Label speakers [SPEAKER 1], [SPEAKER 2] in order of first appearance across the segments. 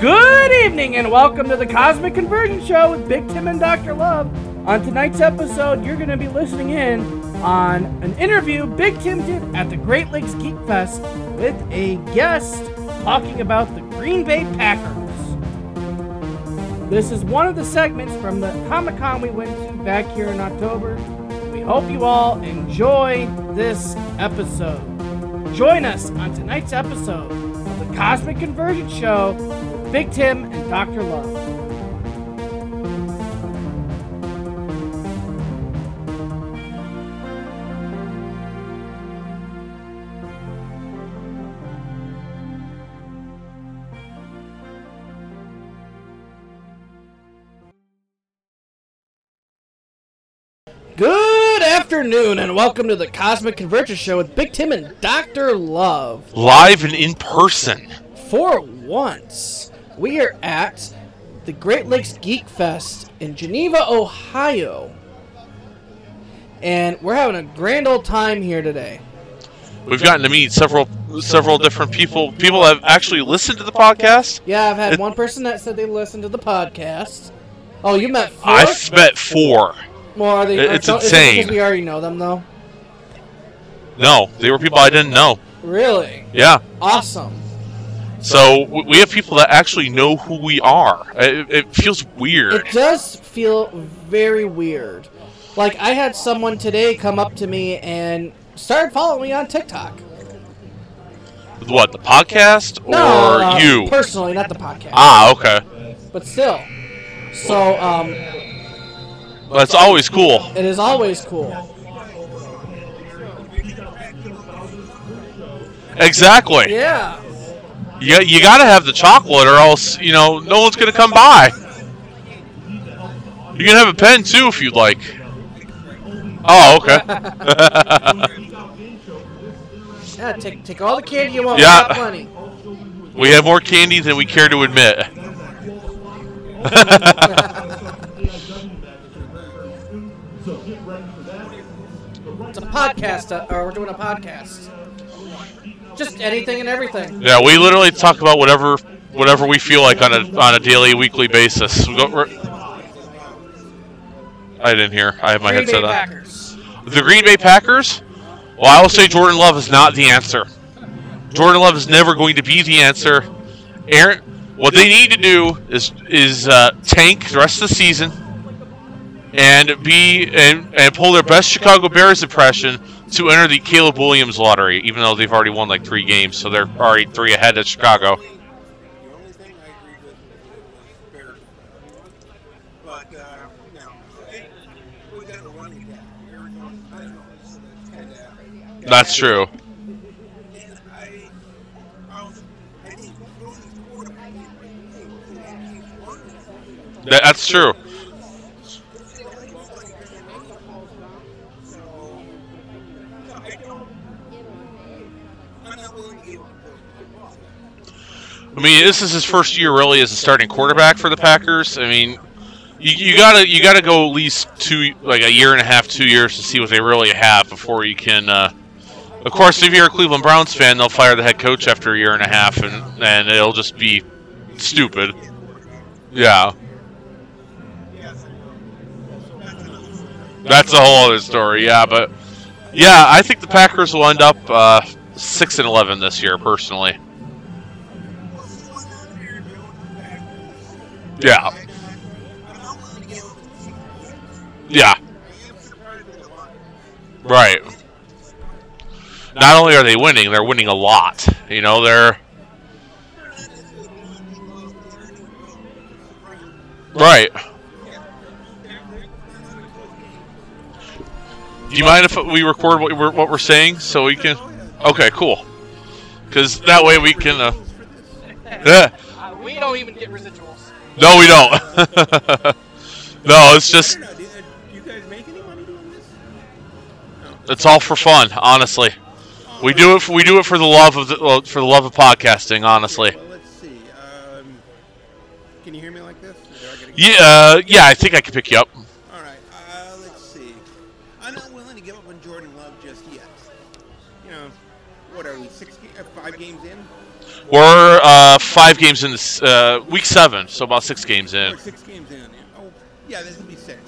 [SPEAKER 1] Good evening and welcome to the Cosmic Conversion Show with Big Tim and Dr. Love. On tonight's episode, you're going to be listening in on an interview Big Tim did at the Great Lakes Geek Fest with a guest talking about the Green Bay Packers. This is one of the segments from the Comic Con we went to back here in October. We hope you all enjoy this episode. Join us on tonight's episode of the Cosmic Conversion Show with Big Tim and Dr. Love. Good afternoon, and welcome to the Cosmic Convergence Show with Big Tim and Dr. Love.
[SPEAKER 2] live and in person.
[SPEAKER 1] For once, we are at the Great Lakes Geek Fest in Geneva, Ohio. And we're having a grand old time here today.
[SPEAKER 2] We've gotten to meet several several different people. People have actually listened to the podcast.
[SPEAKER 1] Yeah, I've had one person that said they listened to the podcast. Oh, you met four?
[SPEAKER 2] I've met four.
[SPEAKER 1] well, are they,
[SPEAKER 2] it's
[SPEAKER 1] are- is it because
[SPEAKER 2] insane.
[SPEAKER 1] we already know them, though.
[SPEAKER 2] No, they were people I didn't know.
[SPEAKER 1] Really?
[SPEAKER 2] Yeah.
[SPEAKER 1] Awesome.
[SPEAKER 2] So w- we have people that actually know who we are. It, it feels weird.
[SPEAKER 1] It does feel very weird. Like I had someone today come up to me and started following me on TikTok.
[SPEAKER 2] What the podcast or
[SPEAKER 1] No, uh,
[SPEAKER 2] you?
[SPEAKER 1] personally, not the podcast,
[SPEAKER 2] ah, okay.
[SPEAKER 1] but still. So um,
[SPEAKER 2] That's always cool.
[SPEAKER 1] it is always cool.
[SPEAKER 2] Exactly.
[SPEAKER 1] Yeah.
[SPEAKER 2] You, you got to have the chocolate, or else you know no one's gonna come by. You can have a pen too if you'd like. Oh, okay.
[SPEAKER 1] Yeah. Take take all the candy you want. We
[SPEAKER 2] Yeah.
[SPEAKER 1] got money.
[SPEAKER 2] We have more candy than we care to admit.
[SPEAKER 1] It's a podcast, uh, or we're doing a podcast. Just anything and everything.
[SPEAKER 2] yeah, we literally talk about whatever whatever we feel like on a on a daily, weekly basis. We go, we're- I didn't hear. I have my
[SPEAKER 1] Green Bay
[SPEAKER 2] headset on.
[SPEAKER 1] Packers.
[SPEAKER 2] The Green Bay Packers. Well, I will say Jordan Love is not the answer. Jordan Love is never going to be the answer. Aaron, what they need to do is is uh, tank the rest of the season and be and, and pull their best Chicago Bears impression to enter the Caleb Williams lottery. Even though they've already won like three games, so they're already three ahead of Chicago.
[SPEAKER 3] The only thing I agree with is Barrett. But, uh, no, they, we got a running back. Arizona, I don't know, it's- it's kinda-
[SPEAKER 2] That's true.
[SPEAKER 3] And I, I was, I think, going to quarterback, he- he- he can't run it.
[SPEAKER 2] That, that's true.
[SPEAKER 3] It's the only nobody can run it. So, no, I don't, I'm not willing to give up the ball.
[SPEAKER 2] I mean, this is his first year really as a starting quarterback for the Packers. I mean, you, you gotta you gotta go at least two like a year and a half, two years to see what they really have before you can. Uh, of course, if you're a Cleveland Browns fan, they'll fire the head coach after a year and a half, and and it'll just be stupid. Yeah,
[SPEAKER 3] Yes, I know. That's another story.
[SPEAKER 2] that's a whole other story. Yeah, but yeah, I think the Packers will end up uh, six and eleven this year, personally. Yeah, yeah, right. Not only are they winning, they're winning a lot. You know, they're Right. Do you mind if we record what we're, what we're saying so we can? Okay, cool. Because that way we can. Uh, yeah.
[SPEAKER 1] Uh, we don't even get residuals.
[SPEAKER 2] No, we don't. no, it's just
[SPEAKER 3] Do you guys make any money doing this?
[SPEAKER 2] it's all for fun, honestly. We do it. For, we do it for the love of the, well, for the love of podcasting, honestly.
[SPEAKER 3] Well, let's see. Um, can you hear me like this? Do I gotta
[SPEAKER 2] Yeah,
[SPEAKER 3] get-
[SPEAKER 2] uh, yeah. I think I can pick you up.
[SPEAKER 3] All right. Uh, let's see. I'm not willing to give up on Jordan Love just yet. You know, what are we? Six, ga- uh, five games in?
[SPEAKER 2] We're uh, five games in this uh, week seven, so about six games in.
[SPEAKER 3] We're six games in. Yeah. Oh, yeah, this would be six.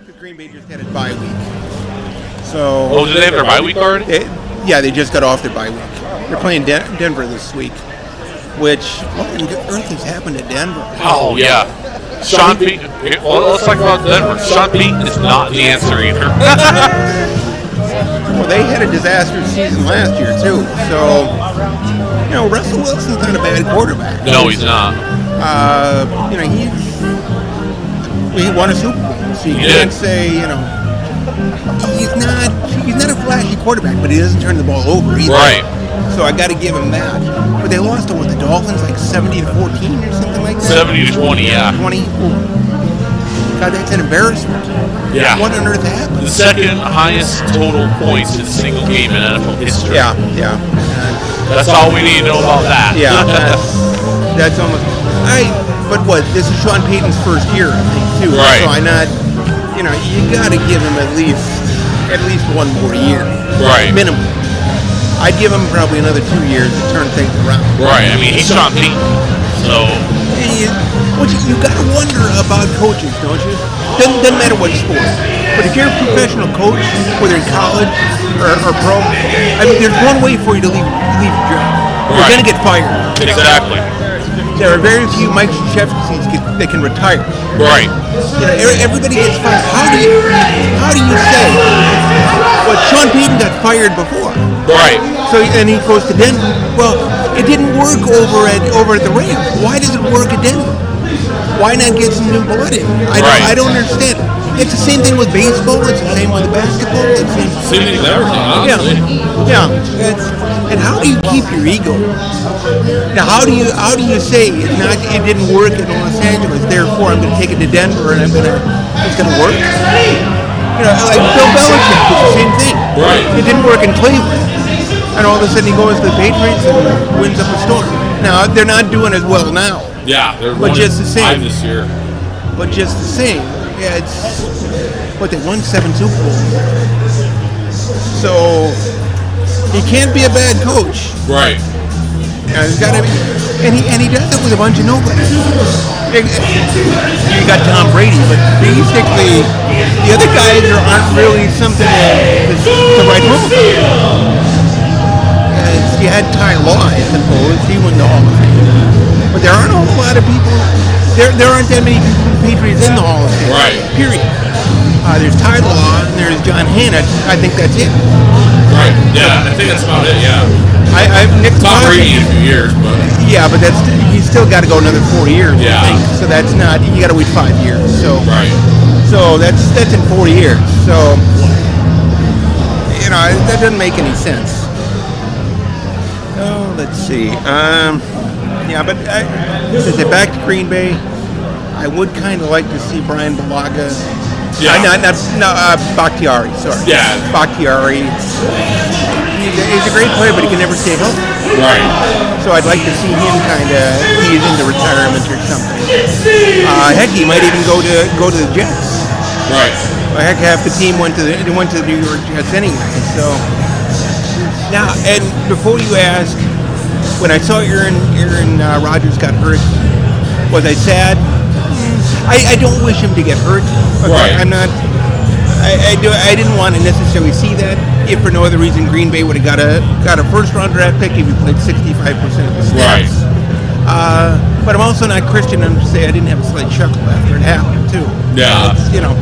[SPEAKER 3] Because Green Bay just had a bye week. So.
[SPEAKER 2] Oh, did they have their bye week already?
[SPEAKER 3] They, yeah, they just got off their bye week. They're playing Den- Denver this week, which what on earth has happened to Denver?
[SPEAKER 2] Oh yeah. Sean Payton. here, Well, let's talk about Denver. Sean Payton is not the answer either.
[SPEAKER 3] Well, they had a disastrous season last year too. So, you know, Russell Wilson's not a bad quarterback.
[SPEAKER 2] no, he's not.
[SPEAKER 3] Uh, you know, he's he won a Super Bowl, so you
[SPEAKER 2] He
[SPEAKER 3] can't
[SPEAKER 2] did.
[SPEAKER 3] say you know he's not he's not a flashy quarterback, but he doesn't turn the ball over either.
[SPEAKER 2] Right.
[SPEAKER 3] So I got to give him that. But they lost to what the Dolphins like seventy to fourteen or something like that.
[SPEAKER 2] Seventy to twenty. Yeah.
[SPEAKER 3] twenty. God, that's an embarrassment.
[SPEAKER 2] Yeah.
[SPEAKER 3] What on earth happened?
[SPEAKER 2] The second highest total points in a single game in NFL history.
[SPEAKER 3] Yeah, yeah.
[SPEAKER 2] That's all we need to know about that.
[SPEAKER 3] Yeah, that's, that's almost. I. But what? This is Sean Payton's first year, I think, too.
[SPEAKER 2] Right.
[SPEAKER 3] So I not. You know, you got to give him at least at least one more year.
[SPEAKER 2] Right.
[SPEAKER 3] Minimum. I'd give him probably another two years to turn things around.
[SPEAKER 2] right. I mean, he's Sean Payton. So
[SPEAKER 3] And you, what you, you got to wonder about coaches, don't you? Doesn't, doesn't matter what sport. But if you're a professional coach, whether in college or, or pro, I mean, there's one way for you to leave leave your job. You're
[SPEAKER 2] Right.
[SPEAKER 3] gonna get fired.
[SPEAKER 2] exactly.
[SPEAKER 3] There are very few Mike Krzyzewskis get- that can retire.
[SPEAKER 2] Right.
[SPEAKER 3] You know, every- everybody gets fired. How do you, how do you say? Well, Sean Payton got fired before,
[SPEAKER 2] Right.
[SPEAKER 3] so and he goes to Denver. Well, it didn't work over at over at the Rams. Why does it work at Denver? Why not get some new blood in? I don't,
[SPEAKER 2] Right.
[SPEAKER 3] I don't understand. it. It's the same thing with baseball. It's the same with basketball. It's the,
[SPEAKER 4] Same thing with everything, honestly.
[SPEAKER 3] yeah, yeah. It's, and how do you keep your ego? Now, how do you how do you say it's not it didn't work in Los Angeles? Therefore, I'm going to take it to Denver and I'm going to it's going to work. You know, like Bill Belichick did the same thing.
[SPEAKER 4] Right.
[SPEAKER 3] It didn't work in Cleveland, and all of a sudden he goes to the Patriots and wins up a storm. Now they're not doing as well now,
[SPEAKER 4] Yeah, they're
[SPEAKER 3] But
[SPEAKER 4] one
[SPEAKER 3] just
[SPEAKER 4] and
[SPEAKER 3] the same.
[SPEAKER 4] five this year.
[SPEAKER 3] but just the same, yeah, it's what they won seven Super Bowls. So he can't be a bad coach.
[SPEAKER 4] Right.
[SPEAKER 3] Yeah, he's got to be, and he and he does it with a bunch of nobodies. You got Tom Brady, but basically the other guys are, aren't really something to, to write home about. As you had Ty Law, I suppose he won the Hall of Fame, but there aren't a whole lot of people. There there aren't that many Patriots in the Hall of Fame.
[SPEAKER 4] Right.
[SPEAKER 3] Period. Uh, there's Ty Law and there's John Hanna. I think that's it.
[SPEAKER 4] Right. Yeah, I think that's about it. Yeah.
[SPEAKER 3] I, I Nick
[SPEAKER 4] Tom
[SPEAKER 3] Bottom-
[SPEAKER 4] Brady in a few years, but
[SPEAKER 3] Yeah, but that's he's still got to go another four years. I
[SPEAKER 4] Yeah.
[SPEAKER 3] think. So that's not you got to wait five years. So
[SPEAKER 4] right.
[SPEAKER 3] so that's that's in four years. So you know that doesn't make any sense. Oh, let's see. Um, yeah, but I, to get back to Green Bay, I would kind of like to see Brian Balaga.
[SPEAKER 4] Yeah.
[SPEAKER 3] Uh, not not no uh, Bakhtiari. Sorry.
[SPEAKER 4] Yeah.
[SPEAKER 3] Bakhtiari. He's a, he's a great player, but he can never stay healthy.
[SPEAKER 4] Right.
[SPEAKER 3] So I'd like to see him kind of ease into retirement or something. Uh, heck, he might even go to go to the Jets.
[SPEAKER 4] Right.
[SPEAKER 3] Well, heck, half the team went to the went to the New York Jets anyway. So now, and before you ask, when I saw Aaron Aaron uh, Rodgers got hurt, was I sad? I, I don't wish him to get hurt. Okay,
[SPEAKER 4] Right.
[SPEAKER 3] I'm not. I, I do. I didn't want to necessarily see that. If for no other reason, Green Bay would have got a got a first round draft pick if he played 65 percent of the
[SPEAKER 4] Right.
[SPEAKER 3] snaps. Uh, but I'm also not Christian enough to say I didn't have a slight chuckle after it happened too.
[SPEAKER 4] Yeah.
[SPEAKER 3] It's, you know.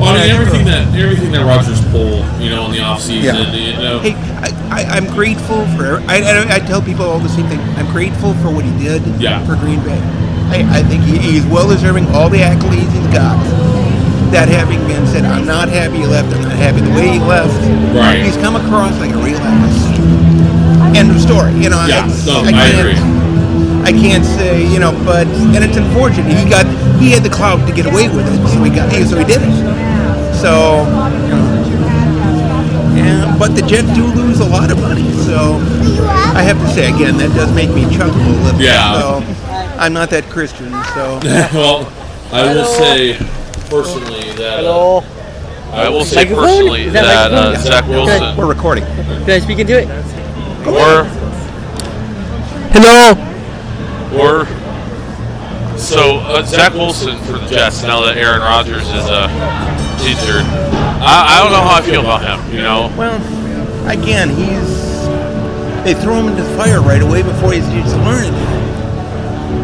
[SPEAKER 4] Well, I mean,
[SPEAKER 3] Yeah,
[SPEAKER 4] everything
[SPEAKER 3] sure.
[SPEAKER 4] that everything that Rogers pulled, you know, in the offseason,
[SPEAKER 3] Yeah.
[SPEAKER 4] you know,
[SPEAKER 3] Hey, I, I, I'm grateful for. I, I, I tell people all the same thing. I'm grateful for what he did
[SPEAKER 4] Yeah.
[SPEAKER 3] for Green Bay. I, I think he, he's well deserving all the accolades he's got. That having been said, I'm not happy he left. I'm not happy the way he left.
[SPEAKER 4] Right.
[SPEAKER 3] He's come across like a real ass. End of story. You know.
[SPEAKER 4] Yeah,
[SPEAKER 3] it's-
[SPEAKER 4] no, I
[SPEAKER 3] can't-
[SPEAKER 4] agree.
[SPEAKER 3] I can't say you know, but and it's unfortunate. He got he had the clout to get away with it, so he got so he did it. So you know. Yeah, but the Jets do lose a lot of money, so I have to say again that does make me chuckle a little. bit,
[SPEAKER 4] Yeah.
[SPEAKER 3] So I'm not that Christian, so
[SPEAKER 4] well, I will say personally that uh,
[SPEAKER 5] Hello.
[SPEAKER 2] I will say
[SPEAKER 5] Microphone?
[SPEAKER 2] personally
[SPEAKER 5] Is
[SPEAKER 2] that
[SPEAKER 5] that
[SPEAKER 2] uh,
[SPEAKER 5] microphone?
[SPEAKER 2] Zach Wilson
[SPEAKER 3] we're recording.
[SPEAKER 5] Can I speak into it?
[SPEAKER 2] or
[SPEAKER 5] Hello.
[SPEAKER 2] Or so uh, Zach Wilson for the Jets. Now that Aaron Rodgers is uh, injured, I, I don't know how I feel about him. You know,
[SPEAKER 3] Well, again, he's. They throw him into the fire right away before he's used to learning.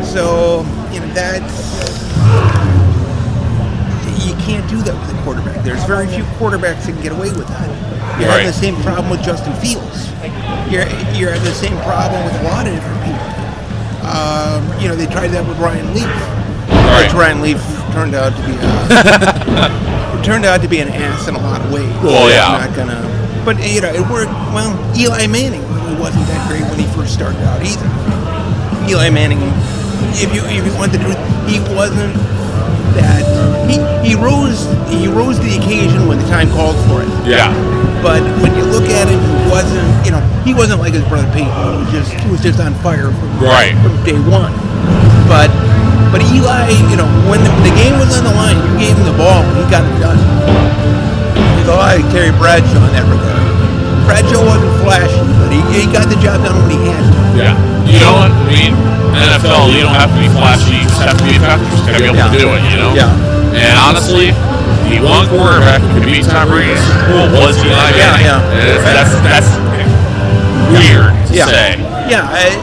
[SPEAKER 3] So, you know, that's. You can't do that with a quarterback. There's very few quarterbacks that can get away with that. You're having
[SPEAKER 2] Right.
[SPEAKER 3] the same problem with Justin Fields. You're, you're having the same problem with a lot of different people. Um, you know, they tried that with Ryan Leaf.
[SPEAKER 2] right.
[SPEAKER 3] Which Ryan Leaf turned out to be a, turned out to be an ass in a lot of ways.
[SPEAKER 2] Well, yeah.
[SPEAKER 3] I'm not gonna. But you know, it worked. Well, Eli Manning really wasn't that great when he first started out either. Eli Manning, if you if you want the truth, he wasn't that. He, he rose he rose to the occasion when the time called for it.
[SPEAKER 2] yeah.
[SPEAKER 3] But when you look at it, he wasn't. You know, he wasn't like his brother Peyton. He was just he was just on fire from
[SPEAKER 2] Right.
[SPEAKER 3] from day one. But but Eli, you know, when the, the game was on the line, you gave him the ball, and he got it done. He's a lot like Terry Bradshaw in that regard. Bradshaw wasn't flashy, but he, he got the job done when he had to.
[SPEAKER 2] Yeah. You know what? I mean, NFL, you don't have to be flashy. You just have to be effective. You just have to be able to do it, you know?
[SPEAKER 3] Yeah.
[SPEAKER 2] And honestly, the one quarterback who could beat Tom Brady in the Super Bowl was Eli Manning.
[SPEAKER 3] yeah.
[SPEAKER 2] And it's- That's, that's, weird to
[SPEAKER 3] Yeah.
[SPEAKER 2] say.
[SPEAKER 3] Yeah, I,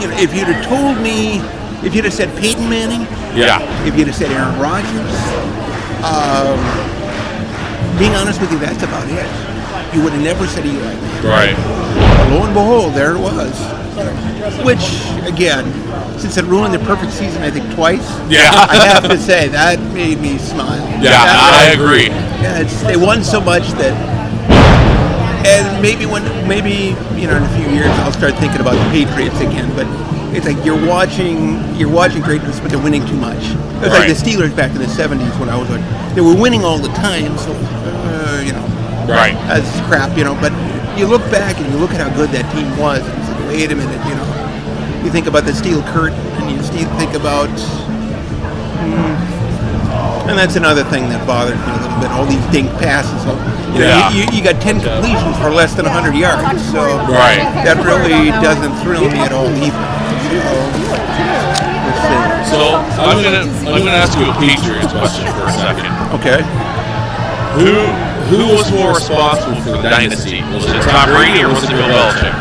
[SPEAKER 3] you know, if you'd have told me, if you'd have said Peyton Manning,
[SPEAKER 2] Yeah.
[SPEAKER 3] if you'd have said Aaron Rodgers, um, being honest with you, that's about it. You would have never said Eli Manning.
[SPEAKER 2] Right.
[SPEAKER 3] lo and behold, there it was. Which, again, since it ruined the perfect season, I think twice.
[SPEAKER 2] Yeah.
[SPEAKER 3] I have to say that made me smile.
[SPEAKER 2] Yeah,
[SPEAKER 3] That-
[SPEAKER 2] I agree.
[SPEAKER 3] yeah, it's, they won so much that, and maybe when maybe you know in a few years I'll start thinking about the Patriots again. But it's like you're watching you're watching greatness, but they're winning too much. It was like
[SPEAKER 2] Right.
[SPEAKER 3] the Steelers back in the '70s when I was like, they were winning all the time, so uh, you know
[SPEAKER 2] Right.
[SPEAKER 3] as crap, you know. But you look back and you look at how good that team was. And it's like, wait a minute, you know. You think about the steel curtain, and you still think about, mm, and that's another thing that bothered me a little bit. All these dink passes. So, you, know,
[SPEAKER 2] Yeah.
[SPEAKER 3] you, you, you got ten completions for less than 100 yards, so
[SPEAKER 2] Right.
[SPEAKER 3] that really doesn't thrill me at all either. So,
[SPEAKER 2] So I'm gonna I'm gonna ask you a Patriots question for a second.
[SPEAKER 3] let's see. Okay.
[SPEAKER 2] Who who was more responsible for the dynasty? Was it Tom Brady or was it Bill Belichick?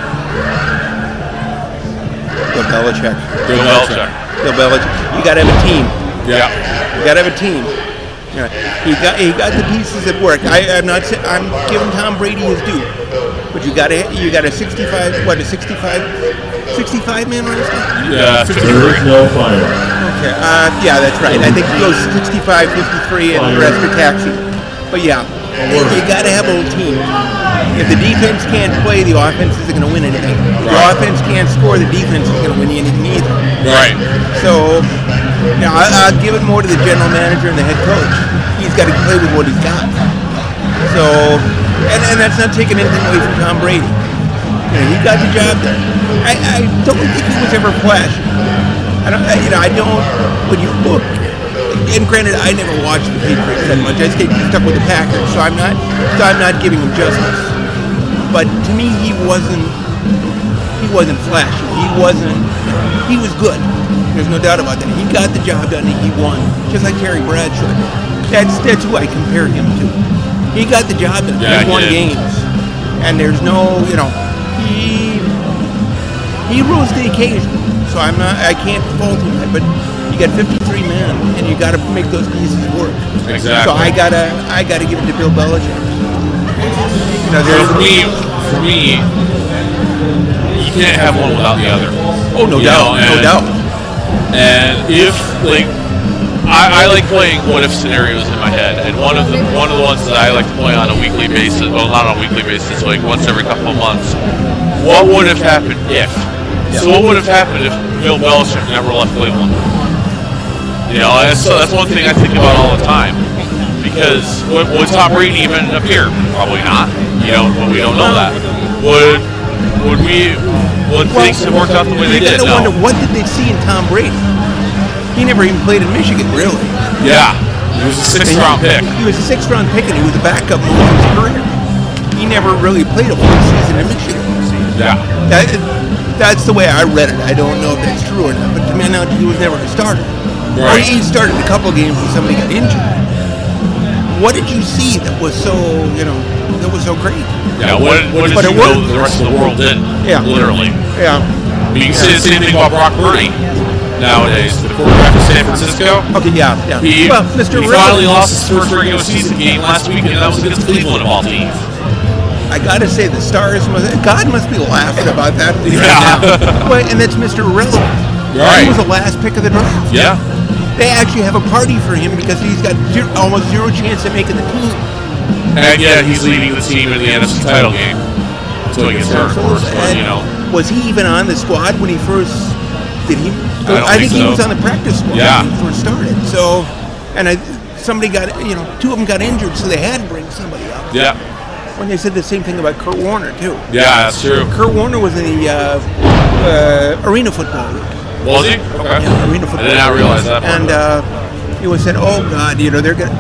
[SPEAKER 3] Bill Belichick.
[SPEAKER 2] Bill Belichick.
[SPEAKER 3] Bill Belichick. You got to have a team.
[SPEAKER 2] Yeah.
[SPEAKER 3] You gotta have a team. Yeah, he got he got the pieces at work. I, I'm not sa- I'm giving Tom Brady his due, but you gotta you got a 65 what a 65 65 man roster.
[SPEAKER 2] Yeah.
[SPEAKER 5] There is no final.
[SPEAKER 3] Okay, uh, yeah, that's right. I think it goes 65, 53, and the rest are taxi. But yeah, you, you gotta have a whole team. If the defense can't play, the offense isn't gonna win anything. If the
[SPEAKER 2] Right.
[SPEAKER 3] offense can't score, the defense isn't gonna win you anything either.
[SPEAKER 2] Right.
[SPEAKER 3] So, you know, I, I'll give it more to the general manager and the head coach. He's got to play with what he's got. So, and, and that's not taking anything away from Tom Brady. You know, he got the job done. I, I don't think he was ever flashy. I don't, I, you know, I don't, when you look, and granted, I never watched the Patriots that much. I stayed stuck with the Packers, so I'm not, so I'm not giving him justice. But to me, he wasn't he wasn't flashy. He wasn't. He was good. There's no doubt about that. He got the job done and he won, just like Terry Bradshaw. did. That's that's who I compare him to. He got the job done.
[SPEAKER 2] Yeah,
[SPEAKER 3] he
[SPEAKER 2] he
[SPEAKER 3] won
[SPEAKER 2] did.
[SPEAKER 3] games, and there's no, you know, he he rose to the occasion. So I'm not. I can't fault him. But you got 53 men, and you got to make those pieces work. So
[SPEAKER 2] Exactly.
[SPEAKER 3] I gotta I gotta give it to Bill Belichick. You know,
[SPEAKER 2] So
[SPEAKER 3] there's
[SPEAKER 2] for me, for me, you can't have one without the other.
[SPEAKER 3] oh no
[SPEAKER 2] You
[SPEAKER 3] doubt,
[SPEAKER 2] know,
[SPEAKER 3] no
[SPEAKER 2] and-
[SPEAKER 3] doubt.
[SPEAKER 2] And if like, I, I like playing what if scenarios in my head, and one of the one of the ones that I like to play on a weekly basis, well not on a weekly basis, like once every couple of months. What would have happened if? So what would have happened if Bill Belichick never left Cleveland? You know, that's, so that's one thing I think about all the time. Because would, would Tom Brady even appear? Probably not. You know, but we don't know that. Would would we? Would things have worked out the way they did?
[SPEAKER 3] You gotta wonder
[SPEAKER 2] No.
[SPEAKER 3] what did they see in Tom Brady? He never even played in Michigan, really.
[SPEAKER 2] Yeah, it was a sixth round pick.
[SPEAKER 3] He was a sixth round pick and he was a backup most of his career. He never really played a full season in Michigan.
[SPEAKER 2] Yeah,
[SPEAKER 3] That, That's the way I read it. I don't know if that's true or not, but to me, now he was never a starter. Or
[SPEAKER 2] Right.
[SPEAKER 3] he started a couple games when somebody got injured. What did you see that was so, you know, that was so great?
[SPEAKER 2] Yeah, what, what,
[SPEAKER 3] but
[SPEAKER 2] did you
[SPEAKER 3] it
[SPEAKER 2] know
[SPEAKER 3] worked.
[SPEAKER 2] that the rest of the world did?
[SPEAKER 3] Yeah.
[SPEAKER 2] Literally.
[SPEAKER 3] Yeah.
[SPEAKER 2] I mean, you can say the same thing about Brock Purdy nowadays. The quarterback of San Francisco,
[SPEAKER 3] Okay, yeah, yeah.
[SPEAKER 2] he,
[SPEAKER 3] well, Mr.
[SPEAKER 2] he
[SPEAKER 3] Irrelevant,
[SPEAKER 2] finally lost his first regular season game last week, and that was against Cleveland of all teams.
[SPEAKER 3] I gotta say, the stars must, God must be laughing about that. right
[SPEAKER 2] Yeah.
[SPEAKER 3] now. Well, and that's Mr. Irrelevant. He
[SPEAKER 2] Right.
[SPEAKER 3] was the last pick of the draft.
[SPEAKER 2] Yeah.
[SPEAKER 3] They actually have a party for him because he's got zero, almost zero chance of making the team.
[SPEAKER 6] And yeah, he's leading the team in the NFC title game. Until he gets hurt, of course. But, you know,
[SPEAKER 3] Was he even on the squad when he first? Did he?
[SPEAKER 2] I don't
[SPEAKER 3] think,
[SPEAKER 2] think
[SPEAKER 3] he
[SPEAKER 2] so.
[SPEAKER 3] was on the practice squad
[SPEAKER 2] Yeah.
[SPEAKER 3] when he first started. So, and I, somebody got you know two of them got injured, so they had to bring somebody up.
[SPEAKER 2] Yeah.
[SPEAKER 3] When they said the same thing about Kurt Warner too.
[SPEAKER 2] Yeah, that's true.
[SPEAKER 3] Kurt Warner was in the uh, uh, arena football league.
[SPEAKER 2] Was he? Okay.
[SPEAKER 3] Yeah, arena football.
[SPEAKER 2] I did not
[SPEAKER 3] league.
[SPEAKER 2] realize that. part.
[SPEAKER 3] And uh, it was said, "Oh God, you know they're gonna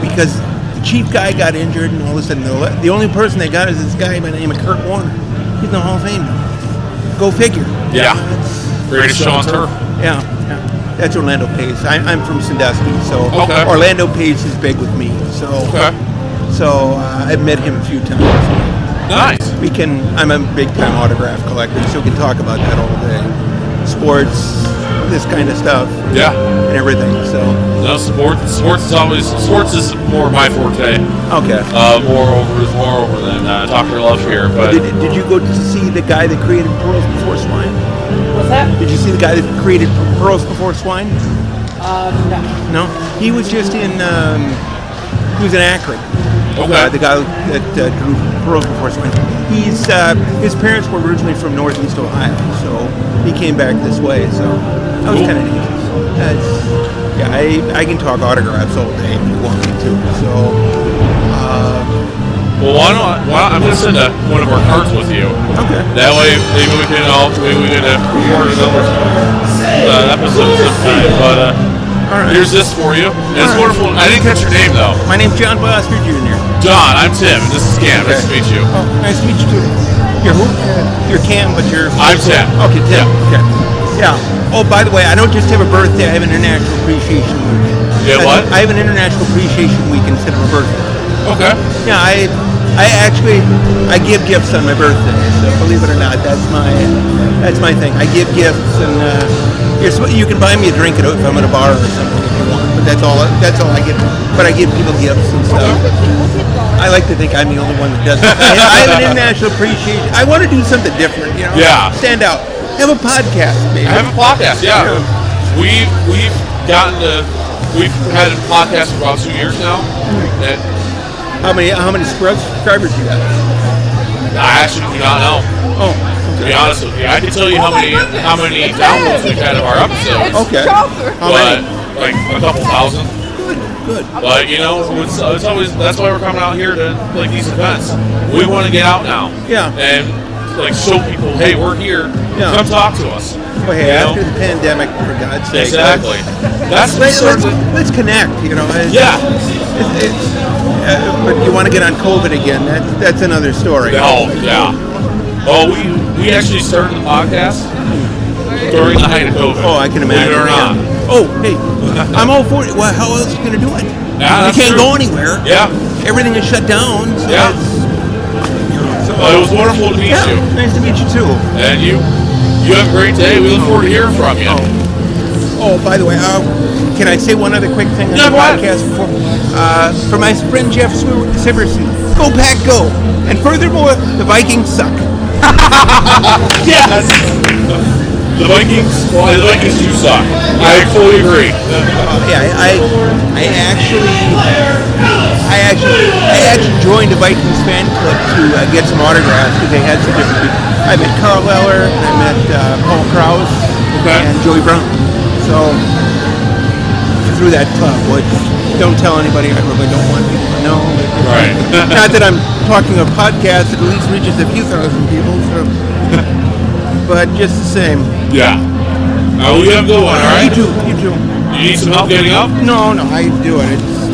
[SPEAKER 3] because the chief guy got injured, and all of a sudden the, the only person they got is this guy by the name of Kurt Warner. He's in the Hall of Fame. now. Go figure.
[SPEAKER 2] Yeah.
[SPEAKER 3] That's-
[SPEAKER 6] greatest show on turf.
[SPEAKER 3] yeah, yeah. That's Orlando Pace. I, I'm from Sandusky, so
[SPEAKER 6] Okay.
[SPEAKER 3] Orlando Pace is big with me. So,
[SPEAKER 6] Okay.
[SPEAKER 3] so uh, I've met him a few times.
[SPEAKER 6] Nice.
[SPEAKER 3] We can. I'm a big time autograph collector, so we can talk about that all day. Sports, this kind of stuff,
[SPEAKER 2] Yeah.
[SPEAKER 3] and everything. So,
[SPEAKER 2] No, sports. Sports is always sports is more my forte.
[SPEAKER 3] okay.
[SPEAKER 2] Uh, more over is more over than uh, Doctor Love here, but
[SPEAKER 3] Did, did you go to see the guy that created Pearls Before Swine?
[SPEAKER 1] What's that?
[SPEAKER 3] Did you see the guy that created Pearls Before Swine?
[SPEAKER 1] Uh, no.
[SPEAKER 3] No. He was just in. Um, he was in Akron. Uh, the
[SPEAKER 2] okay.
[SPEAKER 3] guy that uh, drew Pearls Before Swine. He's uh, his parents were originally from Northeast Ohio, so he came back this way. So that was
[SPEAKER 2] Cool.
[SPEAKER 3] kind of neat. That's, yeah, I, I can talk autographs all day if you want me to. So
[SPEAKER 2] Well, why don't, why don't I'm gonna send a, one of our cards with you.
[SPEAKER 3] okay.
[SPEAKER 2] That way, maybe we can all maybe we can uh, record another uh, episode sometime. But uh,
[SPEAKER 3] All right.
[SPEAKER 2] here's this for you. And it's
[SPEAKER 3] All right.
[SPEAKER 2] wonderful. I didn't catch your name though.
[SPEAKER 3] My name's John Bosker Jr.
[SPEAKER 2] John, I'm Tim. and This is Cam. Nice to
[SPEAKER 3] Okay.
[SPEAKER 2] meet you.
[SPEAKER 3] Oh, nice to meet you too. You're who? Uh, You're Cam, but you're.
[SPEAKER 2] I'm Tim.
[SPEAKER 3] Okay, Tim.
[SPEAKER 2] Yeah.
[SPEAKER 3] Okay. Yeah. Oh, by the way, I don't just have a birthday. I have an international appreciation week.
[SPEAKER 2] Yeah, what?
[SPEAKER 3] I have an international appreciation week instead of a birthday.
[SPEAKER 2] Okay.
[SPEAKER 3] Yeah, I, I actually, I give gifts on my birthday. So believe it or not, that's my, that's my thing. I give gifts, and uh, you're, sp- you can buy me a drink at, if I'm at a bar or something if you want. But that's all. I- That's all I give. But I give people gifts and stuff. I like to think I'm the only one that does. That. I have an international appreciation. I want to do something different. You know.
[SPEAKER 2] Yeah.
[SPEAKER 3] Stand out. Have a podcast, maybe.
[SPEAKER 2] I have a podcast. Yeah. We we've gotten to we've had a podcast for about two years now. And
[SPEAKER 3] How many? How many subscribers you got?
[SPEAKER 2] I actually do not know.
[SPEAKER 3] Oh.
[SPEAKER 2] To be honest with you, I can tell you how many how many downloads we've had of our episodes,
[SPEAKER 3] Okay. How
[SPEAKER 2] but
[SPEAKER 3] many?
[SPEAKER 2] like a couple thousand.
[SPEAKER 3] Good. Good.
[SPEAKER 2] But you know, it's, it's always that's why we're coming out here to like these events. We want to get out now.
[SPEAKER 3] Yeah.
[SPEAKER 2] And like show people, hey, we're here.
[SPEAKER 3] Yeah.
[SPEAKER 2] Come talk to us.
[SPEAKER 3] Well, hey,
[SPEAKER 2] You know?
[SPEAKER 3] after the pandemic, for God's sake.
[SPEAKER 2] Exactly. That's the
[SPEAKER 3] Let's,
[SPEAKER 2] sort
[SPEAKER 3] let's,
[SPEAKER 2] of
[SPEAKER 3] let's connect, you know. It's,
[SPEAKER 2] yeah.
[SPEAKER 3] It's, it's, uh, but you want to get on COVID again, that's, that's another story.
[SPEAKER 2] Oh yeah. Oh, we we actually started the podcast during the height of COVID.
[SPEAKER 3] Oh, I can imagine.
[SPEAKER 2] Believe it or
[SPEAKER 3] yeah.
[SPEAKER 2] not.
[SPEAKER 3] Oh, hey, I'm all for it. Well, how else are you going to do it?
[SPEAKER 2] Yeah,
[SPEAKER 3] you
[SPEAKER 2] that's
[SPEAKER 3] can't
[SPEAKER 2] true.
[SPEAKER 3] go anywhere.
[SPEAKER 2] Yeah.
[SPEAKER 3] Everything is shut down. So
[SPEAKER 2] Yeah.
[SPEAKER 3] it's-
[SPEAKER 2] Well, it was wonderful to meet
[SPEAKER 3] yeah,
[SPEAKER 2] you.
[SPEAKER 3] nice to meet you, too.
[SPEAKER 2] And you you have a great day. We look forward to hearing from you.
[SPEAKER 3] Oh, by the way, uh, can I say one other quick thing on
[SPEAKER 2] Yeah,
[SPEAKER 3] the
[SPEAKER 2] go ahead.
[SPEAKER 3] podcast before? Uh, for my friend Jeff Swi- Siverson, go pack, go. And furthermore, the Vikings suck.
[SPEAKER 2] Yes. The Vikings, well, the Vikings do suck. I fully agree.
[SPEAKER 3] Uh, Yeah, I, I, I actually, I actually, I actually joined a Vikings fan club to uh, get some autographs because they had some different people. I met Carl Eller, and I met uh, Paul Krause,
[SPEAKER 2] Okay.
[SPEAKER 3] and Joey Brown. So through that club, which don't tell anybody. I really don't want people to know.
[SPEAKER 2] Right.
[SPEAKER 3] Not that I'm talking a podcast that at least reaches a few thousand people. So, but just the same.
[SPEAKER 2] yeah. Uh, we have a good one, all right?
[SPEAKER 3] You too. You too.
[SPEAKER 2] You need some help getting up?
[SPEAKER 3] No, no, I do it. It's,